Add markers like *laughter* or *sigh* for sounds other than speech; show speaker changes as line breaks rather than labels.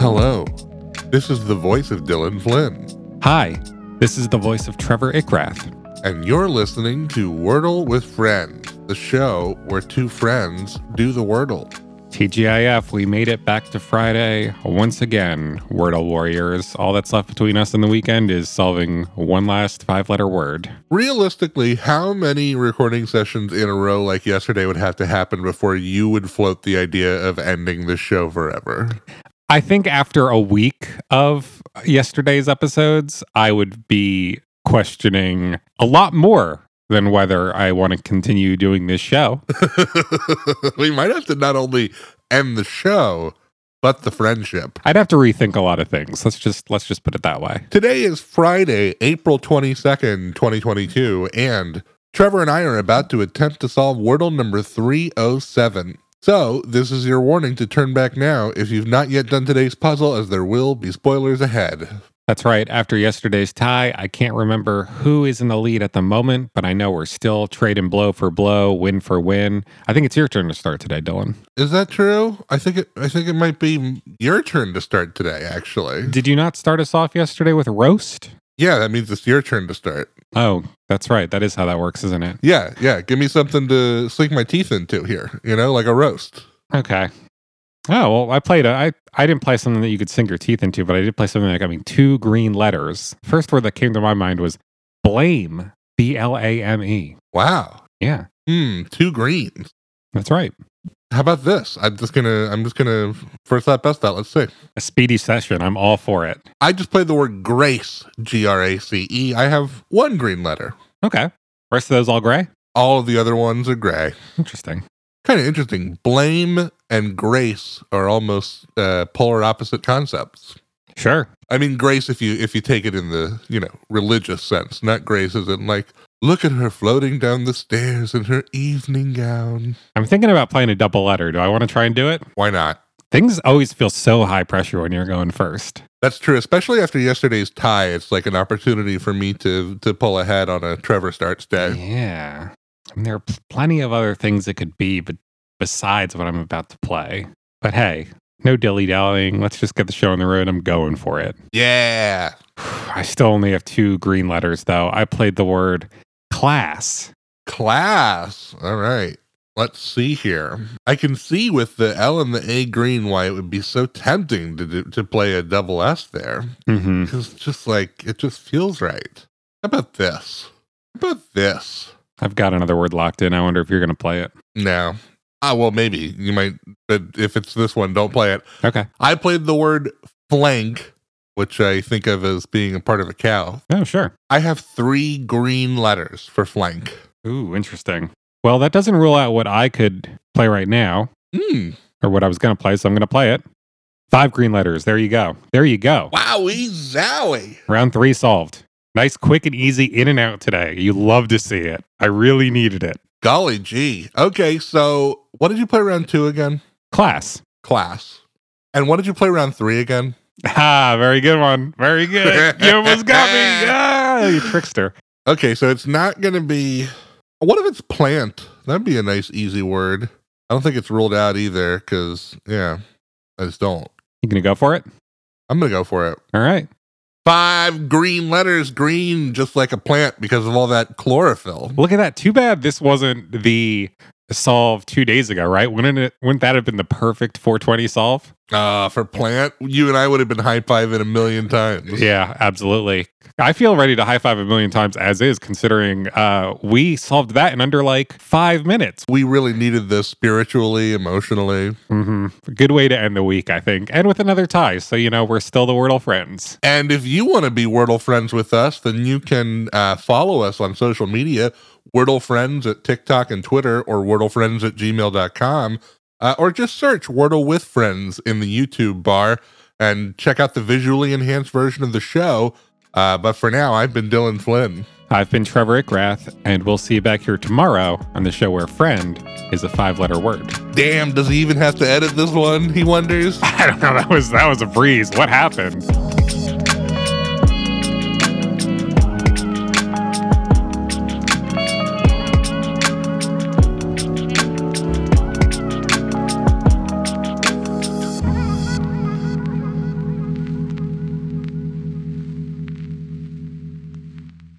Hello. This is the voice of Dylan Flynn,
Hi, this is the voice of Trevor Ickrath.
and you're listening to Wordle with Friends, the show where two friends do the Wordle.
TGIF, we made it back to Friday once again. Wordle Warriors, all that's left between us and the weekend is solving one last five letter word.
Realistically, how many recording sessions in a row like yesterday would have to happen before you would float the idea of ending the show forever? *laughs*
I think after a week of yesterday's episodes, I would be questioning a lot more than whether I want to continue doing this show.
we might have to not only end the show, but the friendship.
I'd have to rethink a lot of things. Let's just let's just put it that way.
Today is Friday, April 22nd, 2022, and Trevor and I are about to attempt to solve Wordle number 307. So, this is your warning to turn back now if you've not yet done today's puzzle, as there will be spoilers ahead.
That's right. After yesterday's tie, I can't remember who is in the lead at the moment, but I know we're still trading blow for blow, win for win. I think it's your turn to start today, Dylan.
Is that true? I think it, I think it might be your turn to start today, actually.
Did you not start us off yesterday with roast?
Yeah, that means it's your turn to start.
Oh, that's right. That is how that works, isn't it?
Yeah, yeah. Give me something to sink my teeth into here, you know, like a roast.
Okay. Oh, well, I played a, I, I didn't play something that you could sink your teeth into, but I did play something that got me two green letters. First word that came to my mind was blame, B L A M E.
Wow.
Yeah,
Hmm, two greens.
that's right.
How about this? I'm just gonna I'm just gonna first thought best thought. Let's see.
A speedy session. I'm all for it.
I just played the word grace, G R A C E. I have one green letter.
Okay. Rest of those all gray?
All of the other ones are gray.
Interesting.
Kind of interesting. Blame and grace are almost uh, polar opposite concepts.
Sure.
I mean, grace if you if you take it in the you know religious sense, not grace as in like look at her floating down the stairs in her evening gown.
I'm thinking about playing a double letter. Do I want to try and do it?
Why not?
Things always feel so high pressure when you're going first.
That's true, especially after yesterday's tie. It's like an opportunity for me to to pull ahead on a Trevor starts day.
Yeah. I mean, there are pl- plenty of other things it could be, but besides what I'm about to play. But hey, no dilly dallying. Let's just get the show on the road. I'm going for it. *sighs*
Yeah.
I still only have two green letters, though. I played the word class.
Class. All right. Let's see here. I can see with the L and the A green why it would be so tempting to do, to play a double S there.
Mm-hmm.
Cuz just like it just feels right. How about this? How about this?
I've got another word locked in. I wonder if you're going to play it.
No. Ah, well maybe. You might but if it's this one, don't play it.
Okay.
I played the word flank, which I think of as being a part of a cow.
Oh, sure.
I have three green letters for flank.
Ooh, interesting. Well, that doesn't rule out what I could play right now
Hmm.
or what I was going to play, so I'm going to play it. Five green letters. There you go. There you go.
Wowie zowie.
Round three solved. Nice, quick, and easy in and out today. You love to see it. I really needed it.
Golly gee. Okay, so what did you play round two again?
Class.
Class. And what did you play round three again?
Ah, very good one. Very good. You almost got me. Ah, you trickster.
Okay, so it's not going to be. What if it's plant? That'd be a nice, easy word. I don't think it's ruled out either because, yeah, I just don't.
You going to go for it?
I'm going to go for it.
All right.
five green letters green just like a plant because of all that chlorophyll
Look at that. Too bad this wasn't the solve two days ago, right? Wouldn't it? Wouldn't that have been the perfect 420 solve?
uh for plant you and i would have been high-fiving a million times
Yeah, absolutely. I feel ready to high five a million times as is, considering uh, we solved that in under like five minutes.
we really needed this spiritually emotionally
hmm Good way to end the week, I think, and with another tie. So you know we're still the Wordle friends.
and if you want to be wordle friends with us then you can uh, follow us on social media wordle friends at tiktok and twitter or wordlefriends at gmail.com uh, or just search wordle with friends in the youtube bar and check out the visually enhanced version of the show uh, but for now i've been dylan flynn
I've been Trevor Ickrath, and we'll see you back here tomorrow on the show where "friend" is a five-letter word. *laughs*
Damn, does he even have to edit this one? He wonders.
I don't know. That was that was a breeze. What happened?